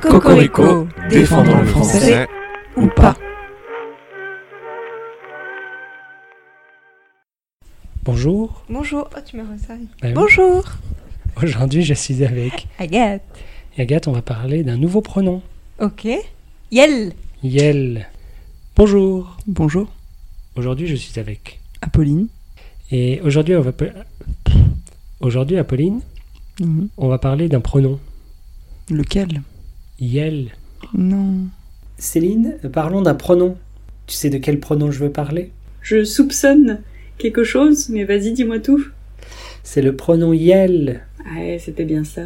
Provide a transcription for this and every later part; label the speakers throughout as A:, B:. A: Cocorico, défendons le français ou pas.
B: Bonjour,
C: Bonjour, oh, tu me resserres.
B: Ben oui.
C: Bonjour,
B: aujourd'hui je suis avec
C: Agathe.
B: Et Agathe, on va parler d'un nouveau pronom,
C: Ok. Yel.
B: Yel. Bonjour,
A: Bonjour,
B: aujourd'hui je suis avec.
A: Apolline.
B: Et aujourd'hui, on va. pe- Aujourd'hui, Apolline,
A: Mhm.
B: on va parler d'un pronom,
A: Lequel
B: Yel.
A: Non.
B: Céline, euh, parlons d'un pronom. Tu sais de quel pronom je veux parler
D: Je soupçonne quelque chose, mais vas-y, dis-moi tout. Ah
B: C'est le pronom Yel.
D: Ouais, c'était bien ça.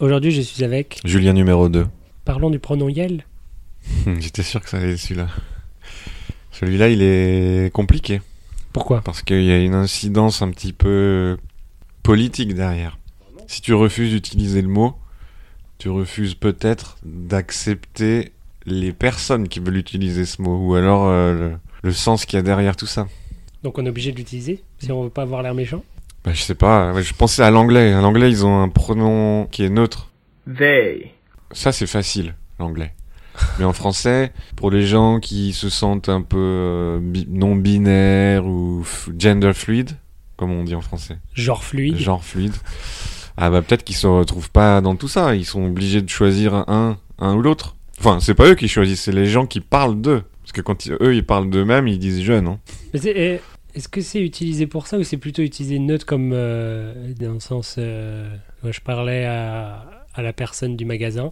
B: Aujourd'hui, je suis avec.
E: Julien numéro 2.
B: Parlons du pronom Yel.
E: Hmm, J'étais sûr que ça allait être celui-là. Celui-là, il est compliqué
B: Pourquoi
E: parce qu'il y a une incidence un petit peu politique derrière. Si tu refuses d'utiliser le mot, tu refuses peut-être d'accepter les personnes qui veulent utiliser ce mot ou alors euh, le, le sens qu'il y a derrière tout ça.
B: Donc on est obligé de l'utiliser si on veut pas avoir l'air méchant.
E: Bah, je sais pas, ouais, je pensais à l'anglais. À l'anglais, ils ont un pronom qui est neutre.
F: they,
E: Ça, c'est facile, l'anglais. Mais en français, pour les gens qui se sentent un peu euh, bi- non-binaires ou f- gender fluide, comme on dit en français,
B: Genre fluide.
E: genre fluide, ah bah peut-être qu'ils se retrouvent pas dans tout ça. Ils sont obligés de choisir un, un ou l'autre. Enfin, c'est pas eux qui choisissent, c'est les gens qui parlent d'eux. Parce que quand ils- eux, ils parlent d'eux-mêmes, ils disent hein. je, non
B: Mais c'est- eh, Est-ce que c'est utilisé pour ça ou c'est plutôt utilisé neutre comme euh, dans le sens euh, moi, je parlais à, à la personne du magasin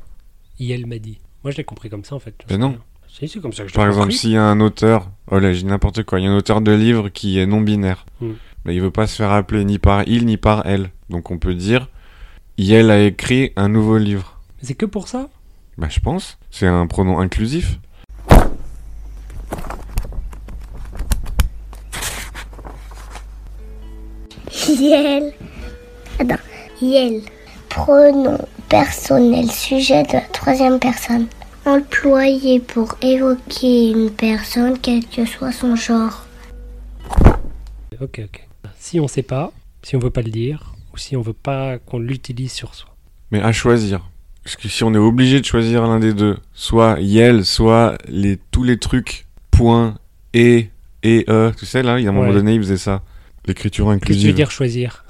B: et elle m'a dit. Moi je l'ai compris comme ça en fait.
E: Mais non.
B: Si, c'est comme ça que je l'ai
E: Par exemple,
B: compris.
E: s'il y a un auteur, oh là, j'ai n'importe quoi, il y a un auteur de livre qui est non binaire,
B: Hmm.
E: mais il veut pas se faire appeler ni par il ni par elle. Donc on peut dire, il a écrit un nouveau livre.
B: Mais C'est que pour ça
E: Bah je pense, c'est un pronom inclusif.
G: Yel. Attends. Yel. Pronom personnel, sujet de la troisième personne. Employé pour évoquer une personne, quel que soit son genre.
B: Ok, ok. Si on sait pas, si on veut pas le dire, ou si on veut pas qu'on l'utilise sur soi.
E: Mais à choisir. Parce que si on est obligé de choisir l'un des deux, soit Yel, soit les, tous les trucs, point, et, et, e, tu sais là, il y a un moment
B: Ouais.
E: donné, il faisait ça. L'écriture
B: Qu'est-ce que tu veux
E: inclusive.
B: dire choisir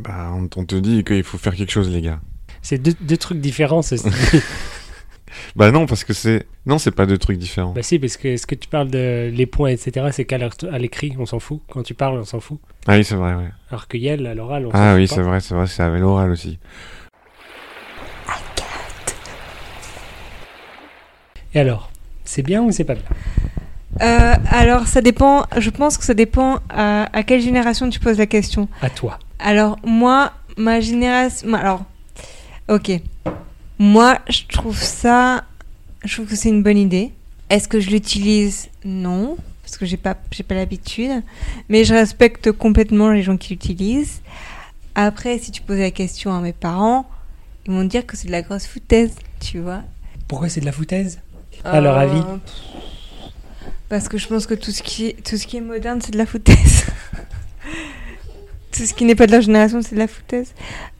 E: Bah on, on te dit qu'il faut faire quelque chose les gars.
B: C'est deux, deux trucs différents. c'est-
E: Bah non, parce que c'est... Non, c'est pas deux trucs différents.
B: bah si, parce que ce que tu parles de les points, etc., c'est qu'à l'art- à l'écrit, on s'en fout. Quand tu parles, on s'en fout.
E: Ah oui, c'est vrai, ouais.
B: Alors que Yel, à l'oral, on s'en
E: Ah
B: fout
E: oui,
B: pas.
E: c'est vrai, c'est vrai, c'est avec l'oral aussi.
B: Et alors, c'est bien ou c'est pas bien
C: Euh, alors, ça dépend, je pense que ça dépend à, à quelle génération tu poses la question.
B: À toi.
C: Alors, moi, ma génération. ma- Alors, ok. Moi, je trouve ça. Je trouve que c'est une bonne idée. Est-ce que je l'utilise Non, parce que j'ai pas, j'ai pas l'habitude. Mais je respecte complètement les gens qui l'utilisent. Après, si tu posais la question à mes parents, ils vont te dire que c'est de la grosse foutaise, tu vois.
B: Pourquoi c'est de la foutaise À leur avis.
C: Euh, Parce que je pense que tout ce qui est, tout ce qui est moderne, c'est de la foutaise. tout ce qui n'est pas de leur génération, c'est de la foutaise.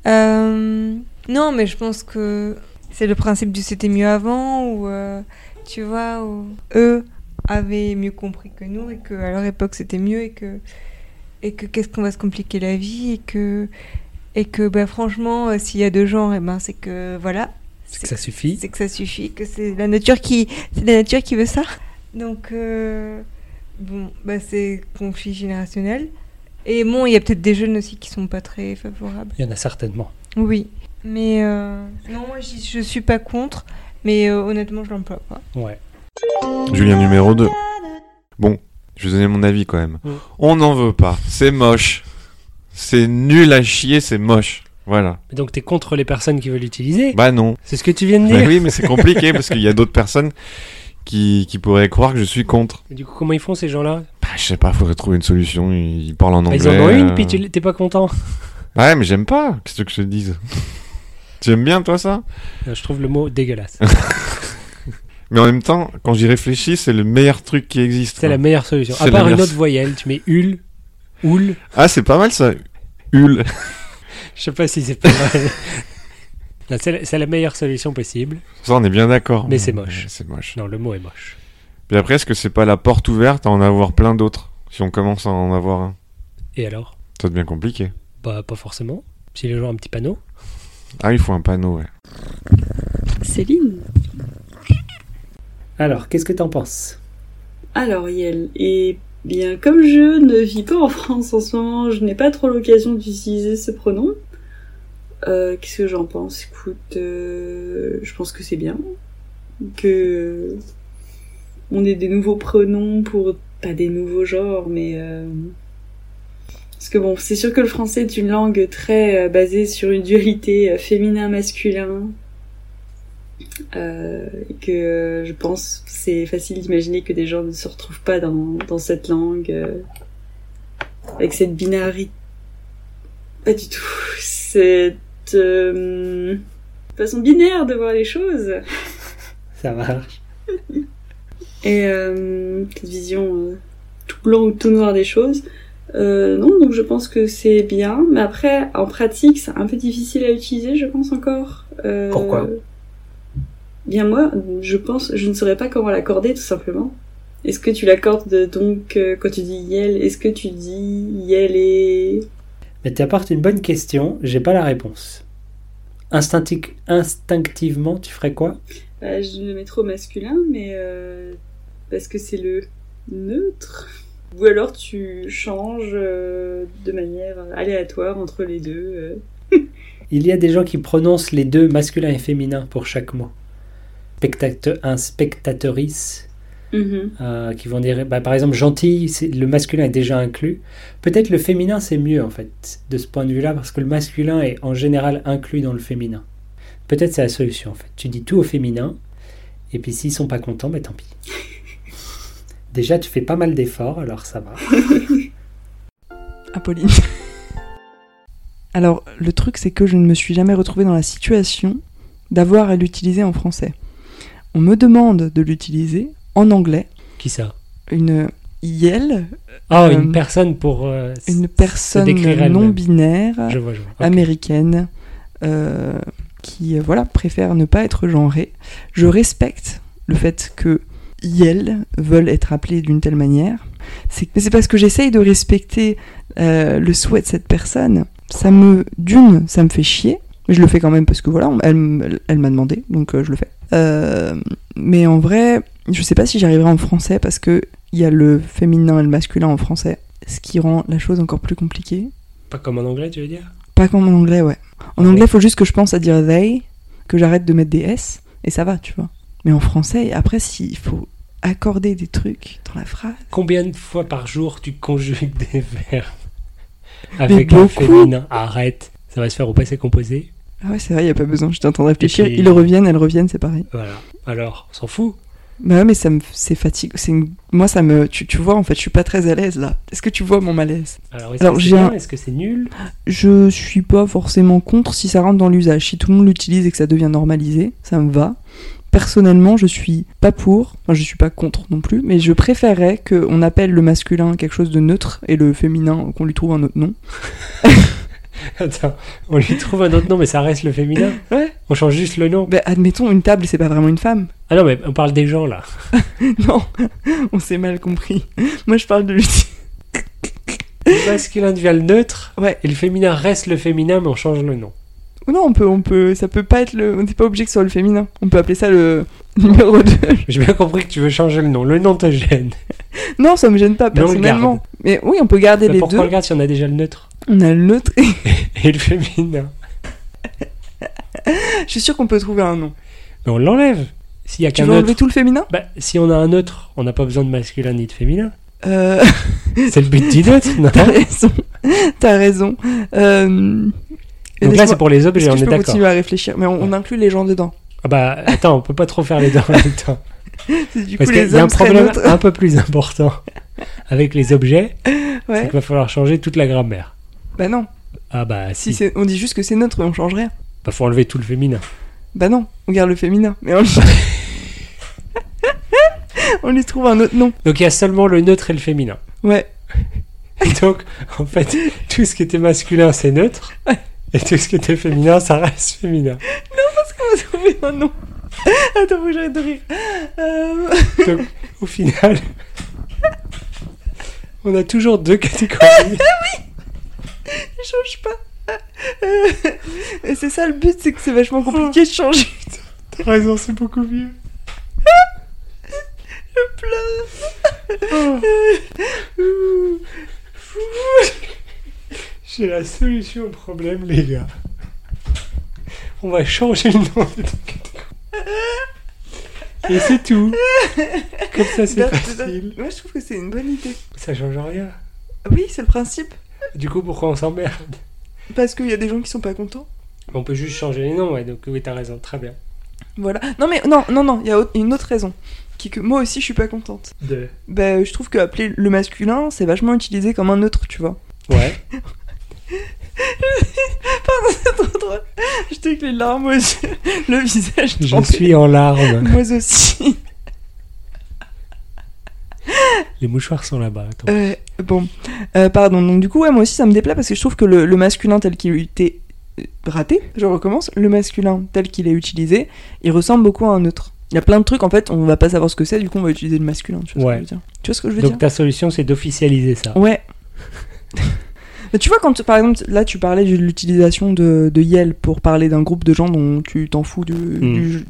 C: Euh, non, mais je pense que c'est le principe du c'était mieux avant, ou euh, tu vois, ou eux avaient mieux compris que nous, et que à leur époque c'était mieux, et que et que qu'est-ce qu'on va se compliquer la vie, et que et que bah, franchement, euh, s'il y a deux genres, et ben c'est que voilà.
B: C'est que ça suffit.
C: C'est que ça suffit, que c'est la nature qui, c'est la nature qui veut ça. Donc euh, bon, bah c'est conflit générationnel. Et bon, il y a peut-être des jeunes aussi qui sont pas très favorables.
B: Il y en a certainement.
C: Oui, mais euh, non, moi j'y- je suis pas contre, mais euh, honnêtement je l'emploie pas.
B: Ouais.
E: Julien numéro 2. Bon, je vais donner mon avis quand même.
B: Mm.
E: On n'en veut pas, c'est moche. C'est nul à chier, c'est moche. Voilà.
B: Mais Donc t'es contre les personnes qui veulent l'utiliser
E: Bah non.
B: C'est ce que tu viens de
E: Bah
B: dire
E: oui, mais c'est compliqué parce qu'il y a d'autres personnes qui, qui pourraient croire que je suis contre.
B: Mais Du coup, comment ils font ces gens-là
E: Bah je sais pas, faudrait trouver une solution. Ils parlent en
B: Bah,
E: anglais.
B: Ils en ont une,
E: euh. Ah
B: puis tu l- t'es pas content.
E: Ouais, mais j'aime pas. Qu'est-ce que je te dise Tu aimes bien toi ça
B: Euh, Je trouve le mot dégueulasse.
E: Mais en même temps, quand j'y réfléchis, c'est le meilleur truc qui existe.
B: C'est
E: quoi.
B: la meilleure solution.
E: C'est
B: À
E: la
B: part une
E: meilleure-
B: autre voyelle, tu mets ul, oul.
E: Ah, c'est pas mal ça. Hul.
B: Je sais pas si c'est pas mal. Non, C'est la, c'est la meilleure solution possible.
E: Ça, on est bien d'accord.
B: Mais c'est moche.
E: C'est moche.
B: Non, le mot est moche.
E: Puis après, est-ce que c'est pas la porte ouverte à en avoir plein d'autres Si on commence à en avoir un,
B: Et alors
E: ça devient compliqué.
B: Bah, pas forcément. Si les gens ont un petit panneau.
E: Ah, il faut un panneau, ouais.
D: Céline
F: Alors, qu'est-ce que t'en penses
D: Alors Yel, et bien comme je ne vis pas en France en ce moment, je n'ai pas trop l'occasion d'utiliser ce pronom. Euh, Qu'est-ce que j'en pense Écoute, euh, je pense que c'est bien que on ait des nouveaux pronoms pour pas des nouveaux genres, mais euh, parce que bon, c'est sûr que le français est une langue très euh, basée sur une dualité euh, féminin-masculin. Euh, et que euh, je pense que c'est facile d'imaginer que des gens ne se retrouvent pas dans, dans cette langue euh, avec cette binarité pas du tout cette euh, façon binaire de voir les choses
F: Ça marche.
D: et euh, cette vision euh, tout blanc ou tout noir des choses euh, non donc je pense que c'est bien mais après en pratique c'est un peu difficile à utiliser je pense encore Euh,
F: Pourquoi
D: Bien moi, je pense, je ne saurais pas comment l'accorder tout simplement. Est-ce que tu l'accordes donc euh, quand tu dis yel Est-ce que tu dis yel et
F: Mais tu apportes une bonne question, j'ai pas la réponse. Instincti- instinctivement, tu ferais quoi
D: Bah, Je le mets trop masculin, mais euh, parce que c'est le neutre. Ou alors tu changes euh, de manière aléatoire entre les deux. euh.
F: Il y a des gens qui prononcent les deux masculin et féminin pour chaque mot. Spectate- un spectateurice, euh, qui vont dire, bah, par exemple, gentil, c'est- le masculin est déjà inclus. Peut-être le féminin, c'est mieux, en fait, de ce point de vue-là, parce que le masculin est en général inclus dans le féminin. Peut-être c'est la solution, en fait. Tu dis tout au féminin, et puis s'ils sont pas contents, bah, tant pis. Déjà, tu fais pas mal d'efforts, alors ça va.
A: Apolline. Alors, le truc, c'est que je ne me suis jamais retrouvée dans la situation d'avoir à l'utiliser en français. On me demande de l'utiliser en anglais,
B: Qui ça
A: une IL,
B: Ah,
A: Euh,
B: une personne pour. euh, s-
A: une
B: se
A: personne
B: décrire elle-même.
A: non binaire,
B: Je vois, je vois. Ok.
A: américaine, euh, qui euh, voilà préfère ne pas être genrée. Je respecte le fait que IL veulent être appelés d'une telle manière. C'est- Mais c'est parce que j'essaye de respecter euh, le souhait de cette personne. Ça me, d'une, ça me fait chier. Mais je le fais quand même parce que voilà, on- elle, m- elle m'a demandé, donc euh, je le fais. Euh, mais en vrai, je sais pas si j'arriverai en français parce que il y a le féminin et le masculin en français, ce qui rend la chose encore plus compliquée.
B: Pas comme en anglais, tu veux dire
A: Pas comme en anglais, ouais. En
B: Ouais.
A: anglais, faut juste que je pense à dire they, que j'arrête de mettre des S, et ça va, tu vois. Mais en français, après, s'il faut accorder des trucs dans la phrase.
B: Combien de fois par jour tu conjugues des verbes avec le
A: beaucoup.
B: féminin Arrête. Ça va se faire au passé composé.
A: Ah ouais, c'est vrai, y a pas besoin, j'étais en train de réfléchir.
B: puis-
A: Ils reviennent, elles reviennent, c'est pareil.
B: Voilà. Alors, on s'en fout.
A: Bah ouais, mais ça me, c'est fatigant. C'est une- Moi, ça me. Tu, tu vois, en fait, je suis pas très à l'aise là. Est-ce que tu vois mon malaise
B: Alors, est-ce
A: Alors,
B: que c'est
A: j'ai un-
B: bien Est-ce que c'est nul
A: Je suis pas forcément contre si ça rentre dans l'usage. Si tout le monde l'utilise et que ça devient normalisé, ça me va. Personnellement, je suis pas pour, enfin je suis pas contre non plus, mais je préférerais qu'on appelle le masculin quelque chose de neutre et le féminin qu'on lui trouve un autre nom.
B: Attends, on lui trouve un autre nom, mais ça reste le féminin.
A: Ouais.
B: On change juste le nom.
A: Ben, admettons, une table, c'est pas vraiment une femme.
B: Ah non, mais on parle des gens là.
A: Non, on s'est mal compris. Moi, je parle de l'utiliser.
B: Le masculin devient le neutre.
A: Ouais.
B: Et le féminin reste le féminin, mais on change le nom.
A: Ou non, on peut, on peut, ça peut pas être le, on n'est pas obligé que ce soit le féminin. On peut appeler ça le numéro 2.
B: J'ai bien compris que tu veux changer le nom. Le nom te gêne.
A: Non, ça me gêne pas
B: Mais on le
A: personnellement. Mais, oui, on peut garder
B: Mais
A: les
B: pourquoi
A: deux.
B: on regarde si on a déjà le neutre
A: On a le neutre.
B: et le féminin
A: je suis sûre qu'on peut trouver un nom.
B: Mais on l'enlève. S'il y a
A: Tu
B: qu'un
A: veux
B: neutre.
A: enlever tout le féminin
B: Bah, si on a un neutre, on n'a pas besoin de masculin ni de féminin.
A: euh,
B: Hein C'est le but du neutre, non
A: T'as raison. T'as raison. Euh,
B: Donc là,
A: laisse-moi-
B: c'est pour les objets,
A: est-ce que
B: on
A: je
B: est
A: peux
B: d'accord.
A: continuer à réfléchir, mais on, on inclut les gens dedans.
B: Ah bah, attends, on peut pas trop faire les deux en même temps.
A: Du coup,
B: Parce qu'il
A: les
B: y a un
A: hommes seraient
B: problème
A: neutres.
B: un peu plus important avec les objets, c'est
A: Ouais.
B: qu'il va falloir changer toute la grammaire.
A: Bah non.
B: Ah bah,
A: Si
B: si.
A: c'est, on dit juste que c'est neutre, on change rien.
B: Bah, faut enlever tout le féminin.
A: Bah non, on garde le féminin, mais on. on lui trouve un autre nom.
B: Donc il y a seulement le neutre et le féminin.
A: Ouais.
B: Et donc, en fait, tout ce qui était masculin, c'est neutre. Et tout ce qui était féminin, ça reste féminin.
A: trouvé un nom. Attends, faut que j'arrête de rire. Euh,
F: Donc, au final, on a toujours deux catégories.
A: je change pas. Euh, c'est ça le but, c'est que c'est vachement compliqué de changer.
F: T'as raison, c'est beaucoup mieux.
A: Je
B: Oh.
A: pleure. Euh, ouh.
F: J'ai la solution au problème, les gars. On va changer le nom des deux catégories. Et c'est tout. Comme ça, c'est
A: Bah, c'est ça.
F: facile.
A: Moi, je trouve que c'est une bonne idée.
F: Ça change rien.
A: Oui, c'est le principe.
F: Du coup, pourquoi on s'emmerde
A: Parce qu'il y a des gens qui sont pas contents.
F: On peut juste changer les noms, ouais, donc oui, t'as raison, très bien.
A: Voilà. Non, mais non, non, non, il y a au- une autre raison. Qui est que moi aussi, je suis pas contente.
F: Deux.
A: Bah, je trouve que appeler le masculin, c'est vachement utilisé comme un neutre, tu vois.
F: Ouais.
A: Pardon, c'est trop drôle. J'étais avec les larmes aux yeux, le visage
F: Je
A: trempé.
F: suis en larmes.
A: Moi aussi.
B: Les mouchoirs sont là-bas. attends.
A: Euh, bon, Euh, pardon. Donc du coup, ouais, moi aussi, ça me déplaît parce que je trouve que le, le masculin tel qu'il a été euh, raté, je recommence, le masculin tel qu'il est utilisé, il ressemble beaucoup à un neutre. Il y a plein de trucs, en fait, on va pas savoir ce que c'est, du coup, on va utiliser le masculin. Tu vois
B: Ouais.
A: ce que je veux dire Tu vois ce que je veux
B: Donc
A: dire
B: ta solution, c'est d'officialiser ça.
F: Oh.
A: Ouais. Mais tu vois, quand par exemple, là tu parlais de l'utilisation de, de Yel pour parler d'un groupe de gens dont tu t'en fous du,
B: Hmm.
A: du g-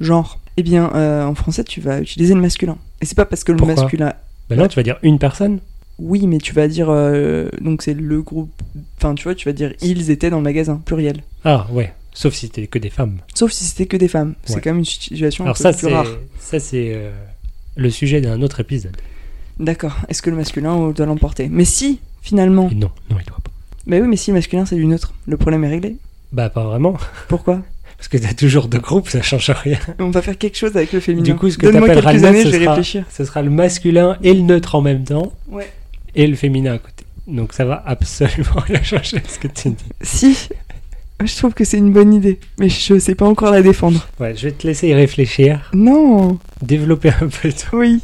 A: genre, eh bien euh, en français tu vas utiliser le masculin. Et c'est pas parce que le
B: Pourquoi
A: masculin.
F: Bah
B: Ben non, tu vas dire une personne.
A: Oui, mais tu vas dire. euh, donc c'est le groupe. Enfin, tu vois, tu vas dire ils étaient dans le magasin, pluriel.
B: Ah ouais, sauf si t'es que des femmes.
A: Sauf si c'était que des femmes. C'est
B: Ouais.
A: quand même une situation un
B: Alors
A: peu
B: ça,
A: plus
B: c'est
A: rare.
B: ça, c'est euh, le sujet d'un autre épisode.
A: D'accord. Est-ce que le masculin on doit l'emporter Mais si, finalement.
B: Et non, non, il doit pas.
A: Bah oui, mais si le masculin c'est du neutre, le problème est réglé.
B: Bah pas vraiment,
A: Pourquoi
B: parce que t'as toujours deux groupes, ça change rien.
A: On va faire quelque chose avec le féminin.
B: Du coup, ce que
A: Donne-moi
B: t'appelleras
A: quelques
B: le neutre,
A: années,
B: ce
A: je vais
B: sera-
A: réfléchir.
B: Ce sera le masculin et le neutre en même temps,
A: Ouais.
B: et le féminin à côté. Donc ça va absolument rien changer ce que tu dis.
A: Si, je trouve que c'est une bonne idée, mais je sais pas encore la défendre.
B: Ouais, je vais te laisser y réfléchir,
A: Non,
B: développer un peu ton,
A: oui,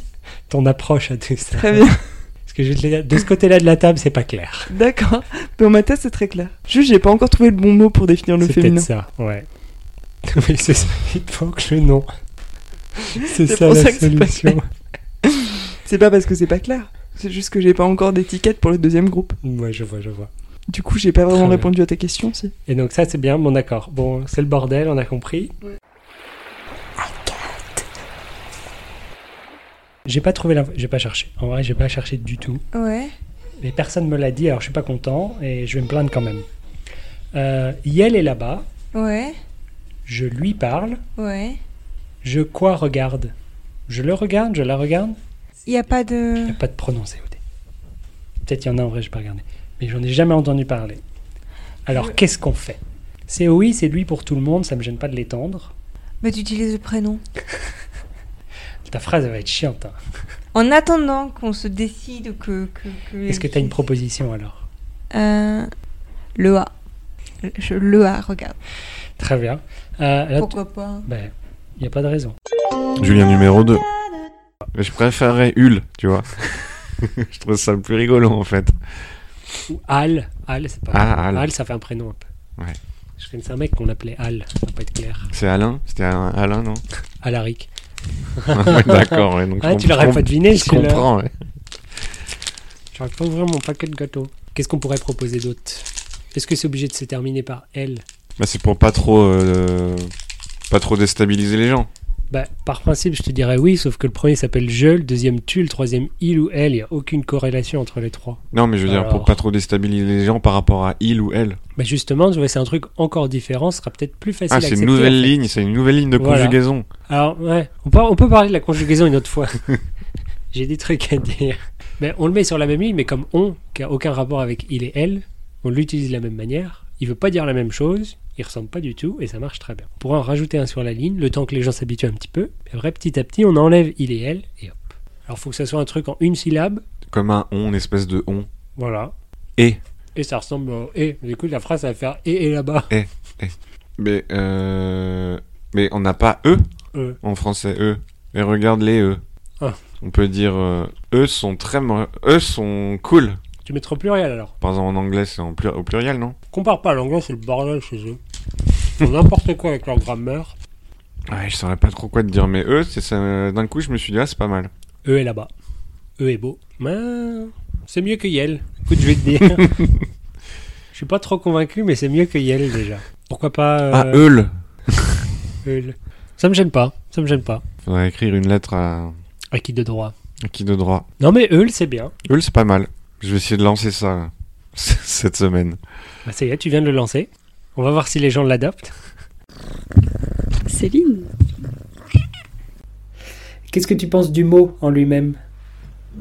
B: ton approche à tout ça.
A: très bien,
B: Parce que je vais te le dire, de ce côté-là de la table, c'est pas clair.
A: d'accord. Dans ma tête, c'est très clair. Juste, j'ai pas encore trouvé le bon mot pour définir le
B: C'est peut-être
A: féminin.
B: ça, ouais. Mais c'est ça, il te manque le nom. C'est
A: C'est
B: ça
A: pour
B: la
A: ça que c'est pas
B: solution.
A: C'est pas parce que c'est pas clair, c'est juste que j'ai pas encore d'étiquette pour le deuxième groupe.
B: Ouais, je vois, je vois.
A: Du coup, j'ai pas
B: Très
A: vraiment
B: bien.
A: répondu à ta question, si.
B: Et donc ça, c'est bien, bon d'accord. Bon, c'est le bordel, on a compris. J'ai pas trouvé l'info, j'ai pas cherché. En vrai, j'ai pas cherché du tout.
C: Ouais.
B: Mais personne me l'a dit, alors je suis pas content et je vais me plaindre quand même. Euh, Yel est là-bas,
C: Ouais.
B: je lui parle,
C: Ouais.
B: je quoi regarde Je le regarde, je la regarde
C: Il y a pas de.
B: Il n'y a pas de pronom COD. Peut-être il y en a en vrai, je pas regardé. Mais j'en ai jamais entendu parler. Alors, qu'est-ce qu'on fait COI, c'est lui pour tout le monde, ça me gêne pas de l'étendre.
C: Mais tu utilises le bah, prénom.
B: Ta phrase elle va être chiante. hein.
C: En attendant qu'on se décide ou que. que,
B: Est-ce que tu as une proposition alors
C: Euh, le A. Je, le A, regarde.
B: Très bien. Euh, là,
C: Pourquoi pas
B: tu- ben, il n'y a pas de raison.
E: Julien numéro 2. Mais je préférerais Hul, tu vois. je trouve ça plus rigolo en fait.
B: Ou Al. Al, c'est pas.
E: Ah, Al.
B: ça fait un prénom un peu.
E: Ouais.
B: Je connaissais un mec qu'on appelait Al, ça va pas être clair.
E: C'est Alain C'était un- Alain, non
B: Alaric.
E: Ouais, D'accord, ouais, donc
B: Ah,
E: je
B: tu l'aurais
E: comprends-
B: pas deviné,
E: Je
B: celui-là.
E: comprends, ouais.
B: J'arrive pas à ouvrir mon paquet de gâteaux. Qu'est-ce qu'on pourrait proposer d'autre Est-ce que c'est obligé de se terminer par L
E: Bah, c'est pour pas trop, euh, pas trop déstabiliser les gens.
B: Bah, par principe, je te dirais oui, sauf que le premier s'appelle je, le deuxième tu, le troisième il ou elle. Il n'y a aucune corrélation entre les trois.
E: Non, mais je veux dire, pour
B: Alors.
E: pas trop déstabiliser les gens par rapport à il ou elle.
B: Bah, justement, tu vois, c'est un truc encore différent, ce sera peut-être plus facile
E: Ah,
B: à
E: c'est une
B: accepter.
E: nouvelle
B: en fait.
E: ligne, c'est une nouvelle ligne de
B: Voilà.
E: conjugaison.
B: Alors, ouais, on peut, on peut parler de la conjugaison une autre fois. J'ai des trucs à dire. Mais on le met sur la même ligne, mais comme on, qui a aucun rapport avec il et elle, on l'utilise de la même manière. Il veut pas dire la même chose, il ressemble pas du tout, et ça marche très bien. On pourrait en rajouter un sur la ligne, le temps que les gens s'habituent un petit peu. Et après, petit à petit, on enlève il et elle, et hop. Alors, faut que ça soit un truc en une syllabe.
E: Comme un on, une espèce de on.
B: Voilà.
E: Et.
B: Et ça ressemble au et. Du coup, la phrase, ça va faire et et là-bas.
E: Mais, euh, mais on n'a pas eux
B: Euh,
E: en français, eux. Et regarde les eux.
B: Ah.
E: On peut dire euh, eux sont très, mo- eux sont cool.
B: tu mets trop pluriel alors.
E: Par exemple, en anglais, c'est en plur- au pluriel, non
B: Compare pas à l'anglais, c'est le bordel chez eux. Ils font n'importe quoi avec leur grammaire.
E: Ouais, Ah, je saurais pas trop quoi te dire, mais eux, c'est ça... d'un coup, je me suis dit, ah, c'est pas mal.
B: E est là-bas. E est beau. Ben, c'est mieux que Yel. Écoute, je vais te dire. Je suis pas trop convaincu, mais c'est mieux que Yel déjà. Pourquoi pas euh,
E: Ah, Eul
B: Eul. Ça me gêne pas. Ça me gêne pas.
E: Faudrait écrire une lettre à,
B: À qui de droit
E: à qui de droit.
B: Non, mais Eul, c'est bien.
E: Eul, c'est pas mal. Je vais essayer de lancer ça là, cette semaine.
B: Bah, ça y est, tu viens de le lancer. On va voir si les gens l'adoptent.
D: Céline
F: Qu'est-ce que tu penses du mot en lui-même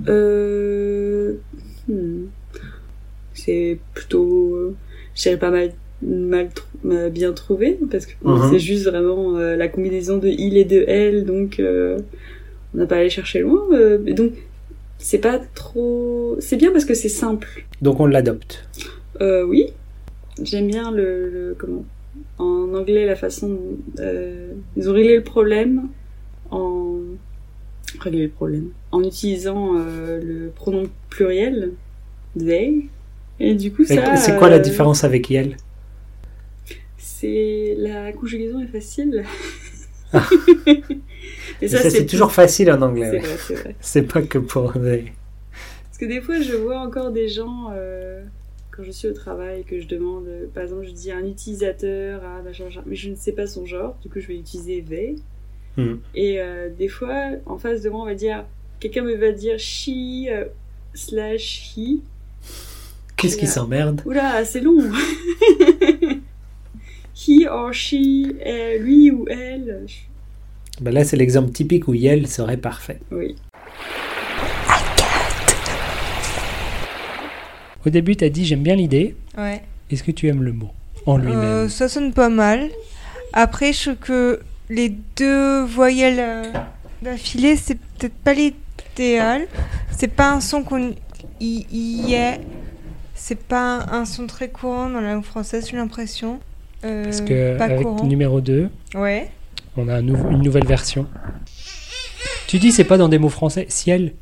D: Euh. hmm. C'est plutôt. euh, Je dirais pas mal, mal tr- euh, bien trouvé, parce que pour moi,
F: Mhm.
D: c'est juste vraiment euh, la combinaison de il et de elle, donc euh, on n'a pas allé chercher loin. euh, mais donc, c'est pas trop. C'est bien parce que c'est simple.
F: Donc on l'adopte.
D: Euh, oui, j'aime bien le, le- Comment En anglais, la façon. dont, euh, ils ont réglé le problème en. Régler le problème. En utilisant euh, le pronom pluriel, they. Et du coup,
F: Mais
D: ça.
F: C'est quoi la
D: euh,
F: différence avec Yel
D: C'est. La conjugaison est facile. Et
F: Ah. Ça, c'est toujours facile en anglais.
D: C'est
F: ouais.
D: vrai, c'est vrai.
F: C'est pas que pour. les-
D: Parce que des fois, je vois encore des gens, euh, quand je suis au travail, que je demande, euh, par exemple, je dis à un utilisateur, à machin, machin, mais je ne sais pas son genre, du coup, je vais utiliser V.
F: Hmm.
D: Et euh, des fois, en face de moi, on va dire, quelqu'un me va dire she euh, slash he.
F: Qu'est-ce qui
D: Yeah.
F: s'emmerde
D: Oula, c'est long He or she, euh, lui ou elle. je-
F: Ben Là, c'est l'exemple typique où Yel serait parfait.
D: Oui.
B: Au début, t'as dit j'aime bien l'idée.
C: Ouais.
B: Est-ce que tu aimes le mot en lui-même
C: Euh, ça sonne pas mal. Après, je trouve que les deux voyelles euh, d'affilée, c'est peut-être pas l'idéal. C'est pas un son qu'on y, y est. C'est pas un, un son très courant dans la langue française, j'ai l'impression. Euh,
B: Parce que
C: pas
B: avec
C: courant.
B: numéro 2,
C: Ouais.
B: on a un nou- une nouvelle version. Tu dis c'est pas dans des mots français. Ciel,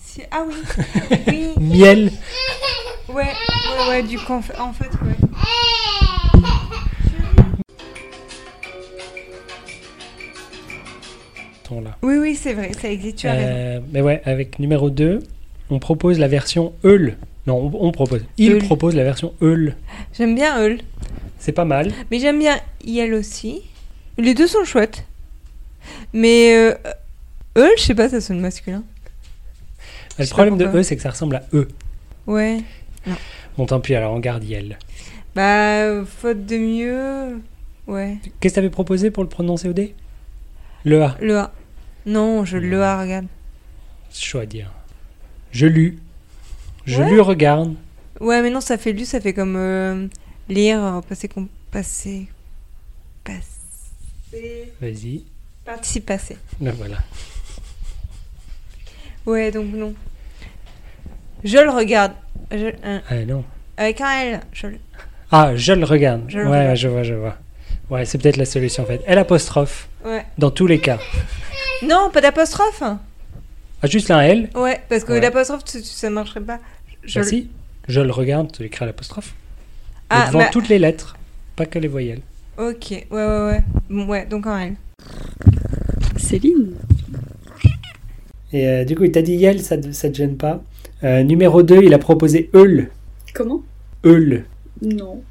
C: Si- Ah oui. oui.
B: miel.
C: Ouais. Ouais, ouais. Du coup, en fait, en fait, ouais.
B: Attends, là.
C: Oui, oui, c'est vrai. Ça existe. Tu as raison.
B: Euh, mais ouais, avec numéro 2, on propose la version Eul. Non, on, on propose. Il
C: Eul.
B: propose la version Eul.
C: J'aime bien euh, Eul.
B: C'est pas mal.
C: Mais j'aime bien Yel aussi. Les deux sont chouettes. Mais euh, eux, je sais pas, ça sonne masculin.
B: Le
C: sais pas
B: problème de
C: pourquoi.
B: E, c'est que ça ressemble à E.
C: Ouais.
B: Bon, tant pis, alors on garde Yel.
C: Bah, euh, faute de mieux. Ouais.
B: Qu'est-ce que t'avais proposé pour le prononcer au dé Le A.
C: Le A. Non, je le A, regarde.
B: C'est chaud à dire. Je lus. Je
C: Ouais.
B: lui regarde.
C: Ouais, mais non, ça fait lu, ça fait comme euh, lire, euh, passé, com- passé. Passé.
B: Vas-y.
C: Participe passé.
B: Là, voilà.
C: Ouais, donc non. Je le regarde. Je, euh,
B: Ah non.
C: avec un L. Je le.
B: Ah, je le regarde.
C: Je le
B: ouais,
C: regarde.
B: ouais, je vois, je vois. Ouais, c'est peut-être la solution en fait. L apostrophe,
C: Ouais.
B: dans tous les cas.
C: Non, pas d'apostrophe
B: Ah, juste un L
C: Ouais, parce que
B: Ouais.
C: l'apostrophe, tu- tu- ça marcherait pas. Je,
B: je si. Je le regarde, tu écris à l'apostrophe. Mais
C: Ah,
B: devant
C: bah,
B: toutes les lettres, pas que les voyelles.
C: ok, ouais, ouais, ouais. Bon, ouais, donc un L.
D: Céline
F: Et euh, du coup, il t'a dit Yel, ça, te- ça te gêne pas. Euh, numéro 2, il a proposé Eul.
D: Comment
F: Eul.
D: Non.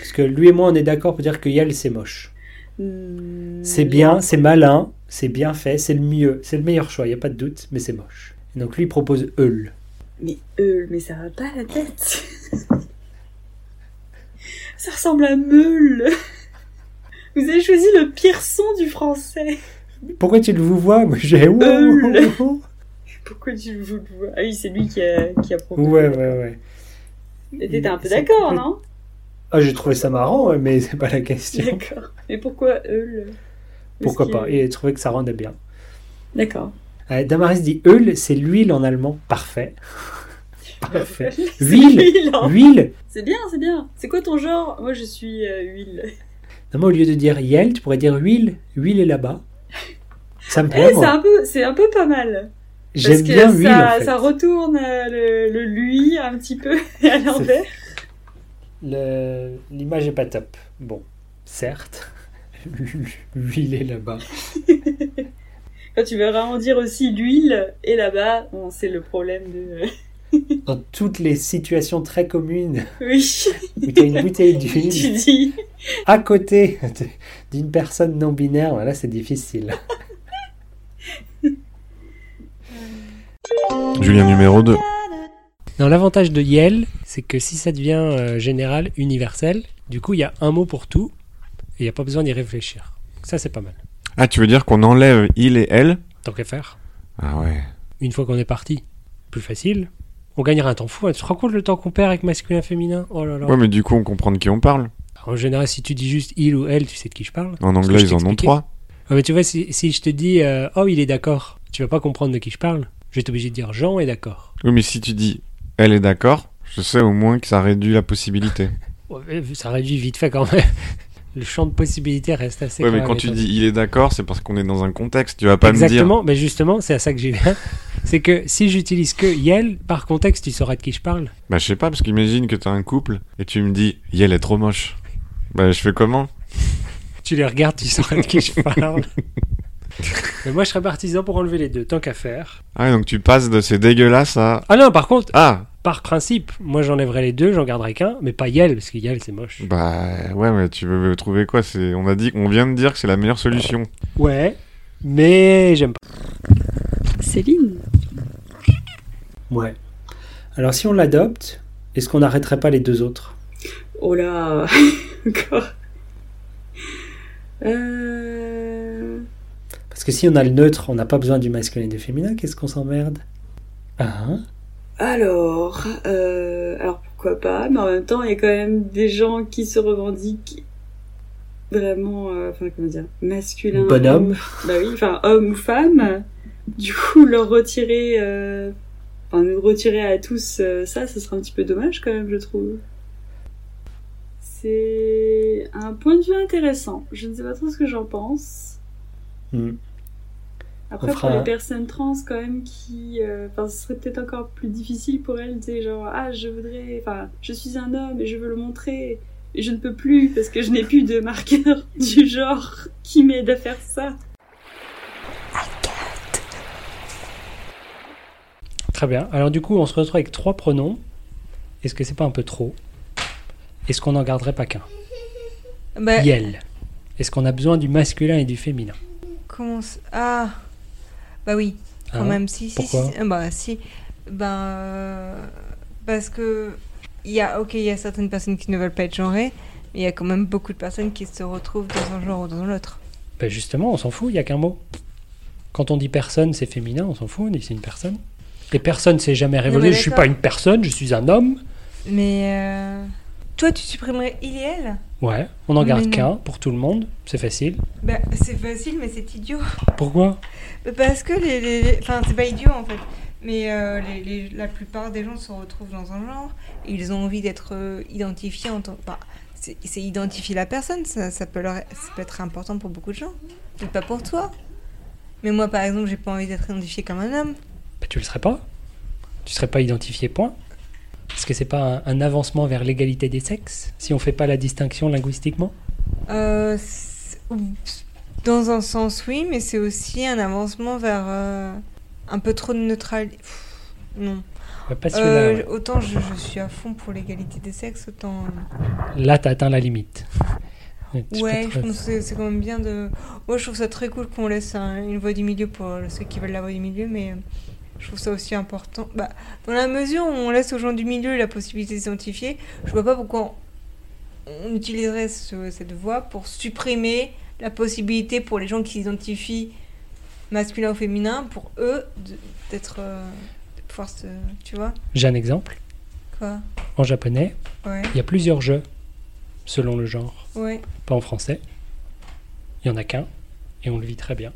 F: Parce que lui et moi, on est d'accord pour dire que Yel, c'est moche.
D: Hmm,
F: C'est bien, c'est malin, c'est bien fait, c'est le mieux. C'est le meilleur choix, il n'y a pas de doute, mais c'est moche. Et donc lui, il propose Eul.
D: Mais Eul, mais ça va pas à la tête. ça ressemble à meule. Vous avez choisi le pire son du français.
F: Pourquoi tu le vous vois Moi, j'ai. Ouh,
D: Eul.
F: ouh, ouh.
D: Pourquoi tu le vois Ah oui, c'est lui qui a, qui a proposé.
F: Ouais, ouais, ouais.
D: Et T'étais un peu
F: C'est-
D: d'accord, non
F: Ah, j'ai trouvé ça marrant, ouais, mais c'est pas la question.
D: D'accord. Mais pourquoi Eul
F: Pourquoi
D: Parce
F: pas
D: qu'il-
F: Et il trouvait que ça rendait bien.
D: D'accord.
F: Euh, Damaris dit Eul, c'est l'huile en allemand. Parfait. Parfait.
D: C'est
F: Huile
D: l'huile, hein.
F: Huile
D: C'est bien, c'est bien. C'est quoi ton genre Moi, je suis euh, huile.
F: Non, mais au lieu de dire Yel, tu pourrais dire huile. Huile est là-bas. Ça me
D: Eh,
F: plaît,
D: c'est un
F: moi.
D: peu, c'est un peu pas mal. Parce
F: Ah J'aime
D: que
F: bien
D: ça,
F: huile, en fait.
D: ça retourne euh, le, le lui un petit peu à l'envers.
F: Le- L'image est pas top. Bon, certes. L'huile est là-bas.
D: Quand tu verras en dire aussi l'huile, et là-bas, bon, c'est le problème de.
F: Dans toutes les situations très communes
D: Oui,
F: où tu as une bouteille
D: tu
F: d'huile
D: dis.
F: à côté de- d'une personne non binaire, là c'est difficile.
E: Julien numéro 2.
B: Non, l'avantage de Yale, c'est que si ça devient euh, général, universel, du coup, il y a un mot pour tout et il n'y a pas besoin d'y réfléchir. Ça, c'est pas mal.
E: Ah, tu veux dire qu'on enlève il et elle
B: Tant qu'à faire,
E: Ah ouais.
B: une fois qu'on est parti, plus facile. On gagnera un temps fou. hein. Tu te rends compte le temps qu'on perd avec masculin-féminin Oh là là.
E: Ouais, mais du coup, on comprend de qui on parle.
B: En général, si tu dis juste il ou elle, tu sais de qui je parle.
E: En
B: Parce que
E: anglais,
B: je
E: ils en ont
B: t'expliquais.
E: trois.
B: Ah, mais tu vois, si, si je te dis euh, oh, il est d'accord, tu vas pas comprendre de qui je parle. Je vais t'obliger de dire Jean est d'accord.
E: Oui, mais si tu dis elle est d'accord, je sais au moins que ça réduit la possibilité.
B: Ouais, mais ça réduit vite fait quand même. Le champ de possibilités reste assez
E: Ouais, mais
B: clair
E: quand
B: avec
E: tu
B: toi.
E: dis il est d'accord, c'est parce qu'on est dans un contexte. Tu vas pas me dire.
B: Exactement, mais justement, c'est à ça que j'y viens. c'est que si j'utilise que Yel, par contexte, tu sauras de qui je parle.
E: Bah, je sais pas, parce qu'imagine que t'as un couple et tu me dis il elle est trop moche. Bah, je fais comment
B: Tu les regardes, tu sauras de qui je parle. mais moi, je serais partisan pour enlever les deux, tant qu'à faire.
E: Ah, donc tu passes de c'est dégueulasse à.
B: Ah non, par contre,
E: Ah
B: par principe, moi j'enlèverai les deux, j'en garderai qu'un, mais pas Yel, parce que Yel, c'est moche.
E: Bah ouais, mais tu veux trouver quoi C'est on a dit, on vient de dire que c'est la meilleure solution.
F: Mm.
B: Ouais, mais j'aime pas.
D: Céline
F: Ouais. Alors si on l'adopte, est-ce qu'on n'arrêterait pas les deux autres
D: Oh là Encore. Euh...
F: Parce que si on a le neutre, on n'a pas besoin du masculin et du féminin, qu'est-ce qu'on s'emmerde Ah hein
D: Alors, euh, alors pourquoi pas, mais en même temps, il y a quand même des gens qui se revendiquent vraiment, euh, enfin comment dire, masculin.
F: Bonhomme.
D: Bah oui, enfin homme ou femme. Du coup, leur retirer, euh, enfin nous retirer à tous euh, ça, ce serait un petit peu dommage quand même, je trouve. C'est un point de vue intéressant. Je ne sais pas trop ce que j'en pense.
F: Hmm.
D: Après,
F: On fera
D: pour les
F: un-
D: personnes trans, quand même, qui. euh, Enfin, ce serait peut-être encore plus difficile pour elles, tu sais, genre, ah, je voudrais. Enfin, je suis un homme et je veux le montrer. Et je ne peux plus parce que je n'ai plus de marqueur du genre qui m'aide à faire ça.
B: Très bien. Alors du coup, on se retrouve avec trois pronoms. Est-ce que c'est pas un peu trop Est-ce qu'on n'en garderait pas qu'un
C: Bah,
B: Yel. Est-ce qu'on a besoin du masculin et du féminin
C: comment ça- Ah Bah oui, quand
B: Hein
C: même, si, si,
B: Pourquoi
C: si. Ah, Bah si. Ben. euh, parce que. Il y a, ok, il y a certaines personnes qui ne veulent pas être genrées, mais il y a quand même beaucoup de personnes qui se retrouvent dans un genre ou dans l'autre.
B: Ben justement, on s'en fout, il n'y a qu'un mot. Quand on dit personne, c'est féminin, on s'en fout, on dit c'est une personne. Et personne s'est jamais révélé, je suis
C: d'accord.
B: pas une personne, je suis un homme.
C: Mais. euh, Toi, tu supprimerais il et elle
B: Ouais, on en
C: Mais
B: garde
C: non.
B: qu'un pour tout le monde, c'est facile.
C: Bah, c'est facile, mais c'est idiot.
B: Pourquoi
C: Parce que les. les- les- Enfin, c'est pas idiot en fait. Mais euh, les- les- la plupart des gens se retrouvent dans un genre et ils ont envie d'être euh, identifiés en tant. Enfin, c'est c'est identifier la personne, ça, ça peut leur... ça peut être important pour beaucoup de gens. Mais pas pour toi. Mais moi, par exemple, j'ai pas envie d'être identifié comme un homme.
B: Ben, tu le serais pas. Tu serais pas identifié, point. Est-ce que c'est pas un, un avancement vers l'égalité des sexes, si on fait pas la distinction linguistiquement
C: Euh, c'est- dans un sens, oui, mais c'est aussi un avancement vers euh, un peu trop de neutralité. Non.
B: Ben, Pas celui-là.
C: Euh,
B: ouais.
C: Autant je, je suis à fond pour l'égalité des sexes, autant. euh,
B: Là, t'as atteint la limite. Tu
C: Ouais,
B: peux te-
C: je pense que c'est- c'est quand même bien de. Moi, je trouve ça très cool qu'on laisse un- une voie du milieu pour euh, ceux qui veulent la voie du milieu, mais euh, je trouve ça aussi important. Bah, dans la mesure où on laisse aux gens du milieu la possibilité de s'identifier, je vois pas pourquoi on, on utiliserait ce- cette voie pour supprimer la possibilité pour les gens qui s'identifient masculin ou féminin, pour eux, de- d'être. euh, de pouvoir se. Tu vois
B: J'ai un exemple.
C: Quoi
B: En japonais,
C: Ouais,
B: il y a plusieurs jeux, selon le genre.
C: ouais.
B: Pas en français. Il y en a qu'un, et on le vit très bien.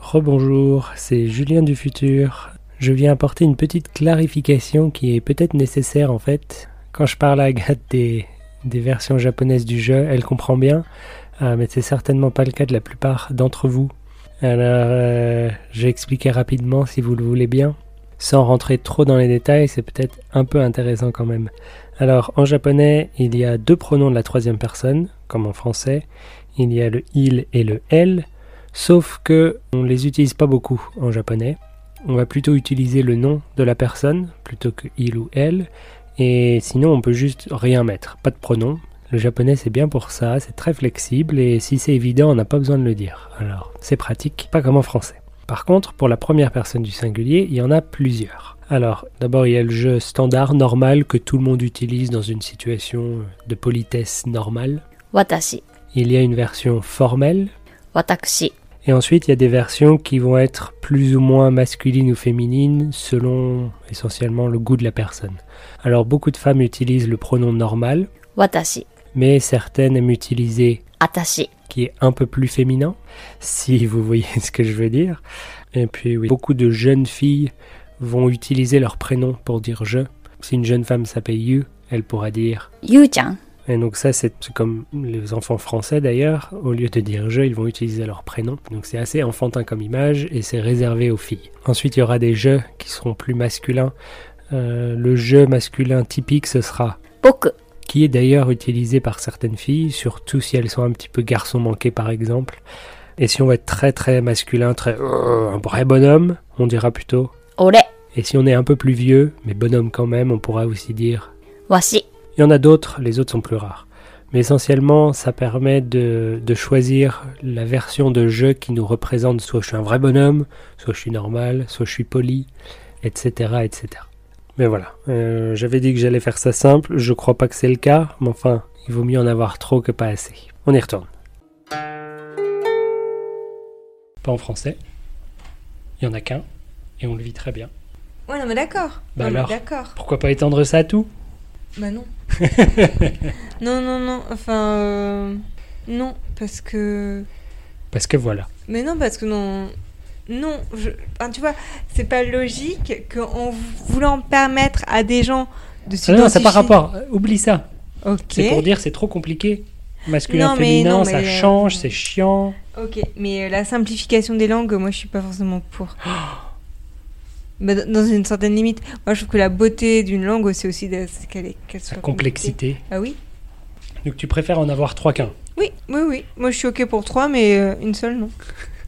B: Rebonjour, c'est Julien du futur. Je viens apporter une petite clarification qui est peut-être nécessaire en fait. Quand je parle à Agathe des, des versions japonaises du jeu, elle comprend bien, euh, mais c'est certainement pas le cas de la plupart d'entre vous. Alors, euh, je vais expliquer rapidement si vous le voulez bien. Sans rentrer trop dans les détails, c'est peut-être un peu intéressant quand même. Alors, en japonais, il y a deux pronoms de la troisième personne, comme en français. Il y a le il et le elle, sauf que on les utilise pas beaucoup en japonais. On va plutôt utiliser le nom de la personne plutôt que il ou elle, et sinon on peut juste rien mettre, pas de pronom. Le japonais c'est bien pour ça, c'est très flexible et si c'est évident on n'a pas besoin de le dire. Alors c'est pratique, pas comme en français. Par contre, pour la première personne du singulier, il y en a plusieurs. Alors, d'abord, il y a le jeu standard normal que tout le monde utilise dans une situation de politesse normale.
H: 私、
B: Il y a une version formelle
H: 私、
B: Et ensuite, il y a des versions qui vont être plus ou moins masculines ou féminines selon essentiellement le goût de la personne. Alors beaucoup de femmes utilisent le pronom normal,
H: 私、
B: mais certaines aiment utiliser
H: 私、
B: qui est un peu plus féminin, si vous voyez ce que je veux dire. Et puis oui, beaucoup de jeunes filles vont utiliser leur prénom pour dire je. Si une jeune femme s'appelle you, elle pourra dire
H: ゆうちゃん、
B: et donc ça, c'est c'est comme les enfants français d'ailleurs, au lieu de dire je, ils vont utiliser leur prénom. Donc c'est assez enfantin comme image et c'est réservé aux filles. Ensuite, il y aura des jeux qui seront plus masculins. Euh, le jeu masculin typique, ce sera
H: 僕、
B: qui est d'ailleurs utilisé par certaines filles, surtout si elles sont un petit peu garçons manqués par exemple. Et si on va être très très masculin, très euh, un vrai bonhomme, on dira plutôt.
H: 俺、
B: Et si on est un peu plus vieux, mais bonhomme quand même, on pourra aussi dire
H: わし、
B: il y en a d'autres, les autres sont plus rares. Mais essentiellement, ça permet de, de choisir la version de jeu qui nous représente soit je suis un vrai bonhomme, soit je suis normal, soit je suis poli, etc. etc. Mais voilà, Euh, j'avais dit que j'allais faire ça simple, je crois pas que c'est le cas, mais enfin, il vaut mieux en avoir trop que pas assez. On y retourne. Pas en français, il y en a qu'un, et on le vit très bien.
C: Ouais, non, mais d'accord.
B: Bah
C: Non, mais
B: alors.
C: D'accord.
B: Pourquoi pas étendre ça à tout
C: Bah non. non, non, non. Enfin, euh, non, parce que.
B: Parce que voilà.
C: Mais non, parce que non. Non, je... enfin, tu vois, c'est pas logique qu'en voulant permettre à des gens de
B: Ah
C: se.
B: non, c'est par rapport. Euh, Oublie ça.
C: Ok.
B: C'est pour dire c'est trop compliqué. Masculin,
C: Non, mais-
B: féminin,
C: non,
B: ça
C: mais, euh,
B: change, c'est chiant.
C: Ok, mais euh, la simplification des langues, moi je suis pas forcément pour. Bah, d- dans une certaine limite. Moi je trouve que la beauté d'une langue, c'est aussi de- c'est qu'elle est- qu'elle
B: La
C: soit. compliquée.
B: complexité.
C: Ah oui
B: Donc tu préfères en avoir trois qu'un.
C: Oui, oui, oui. Moi je suis ok pour trois, mais euh, une seule, non.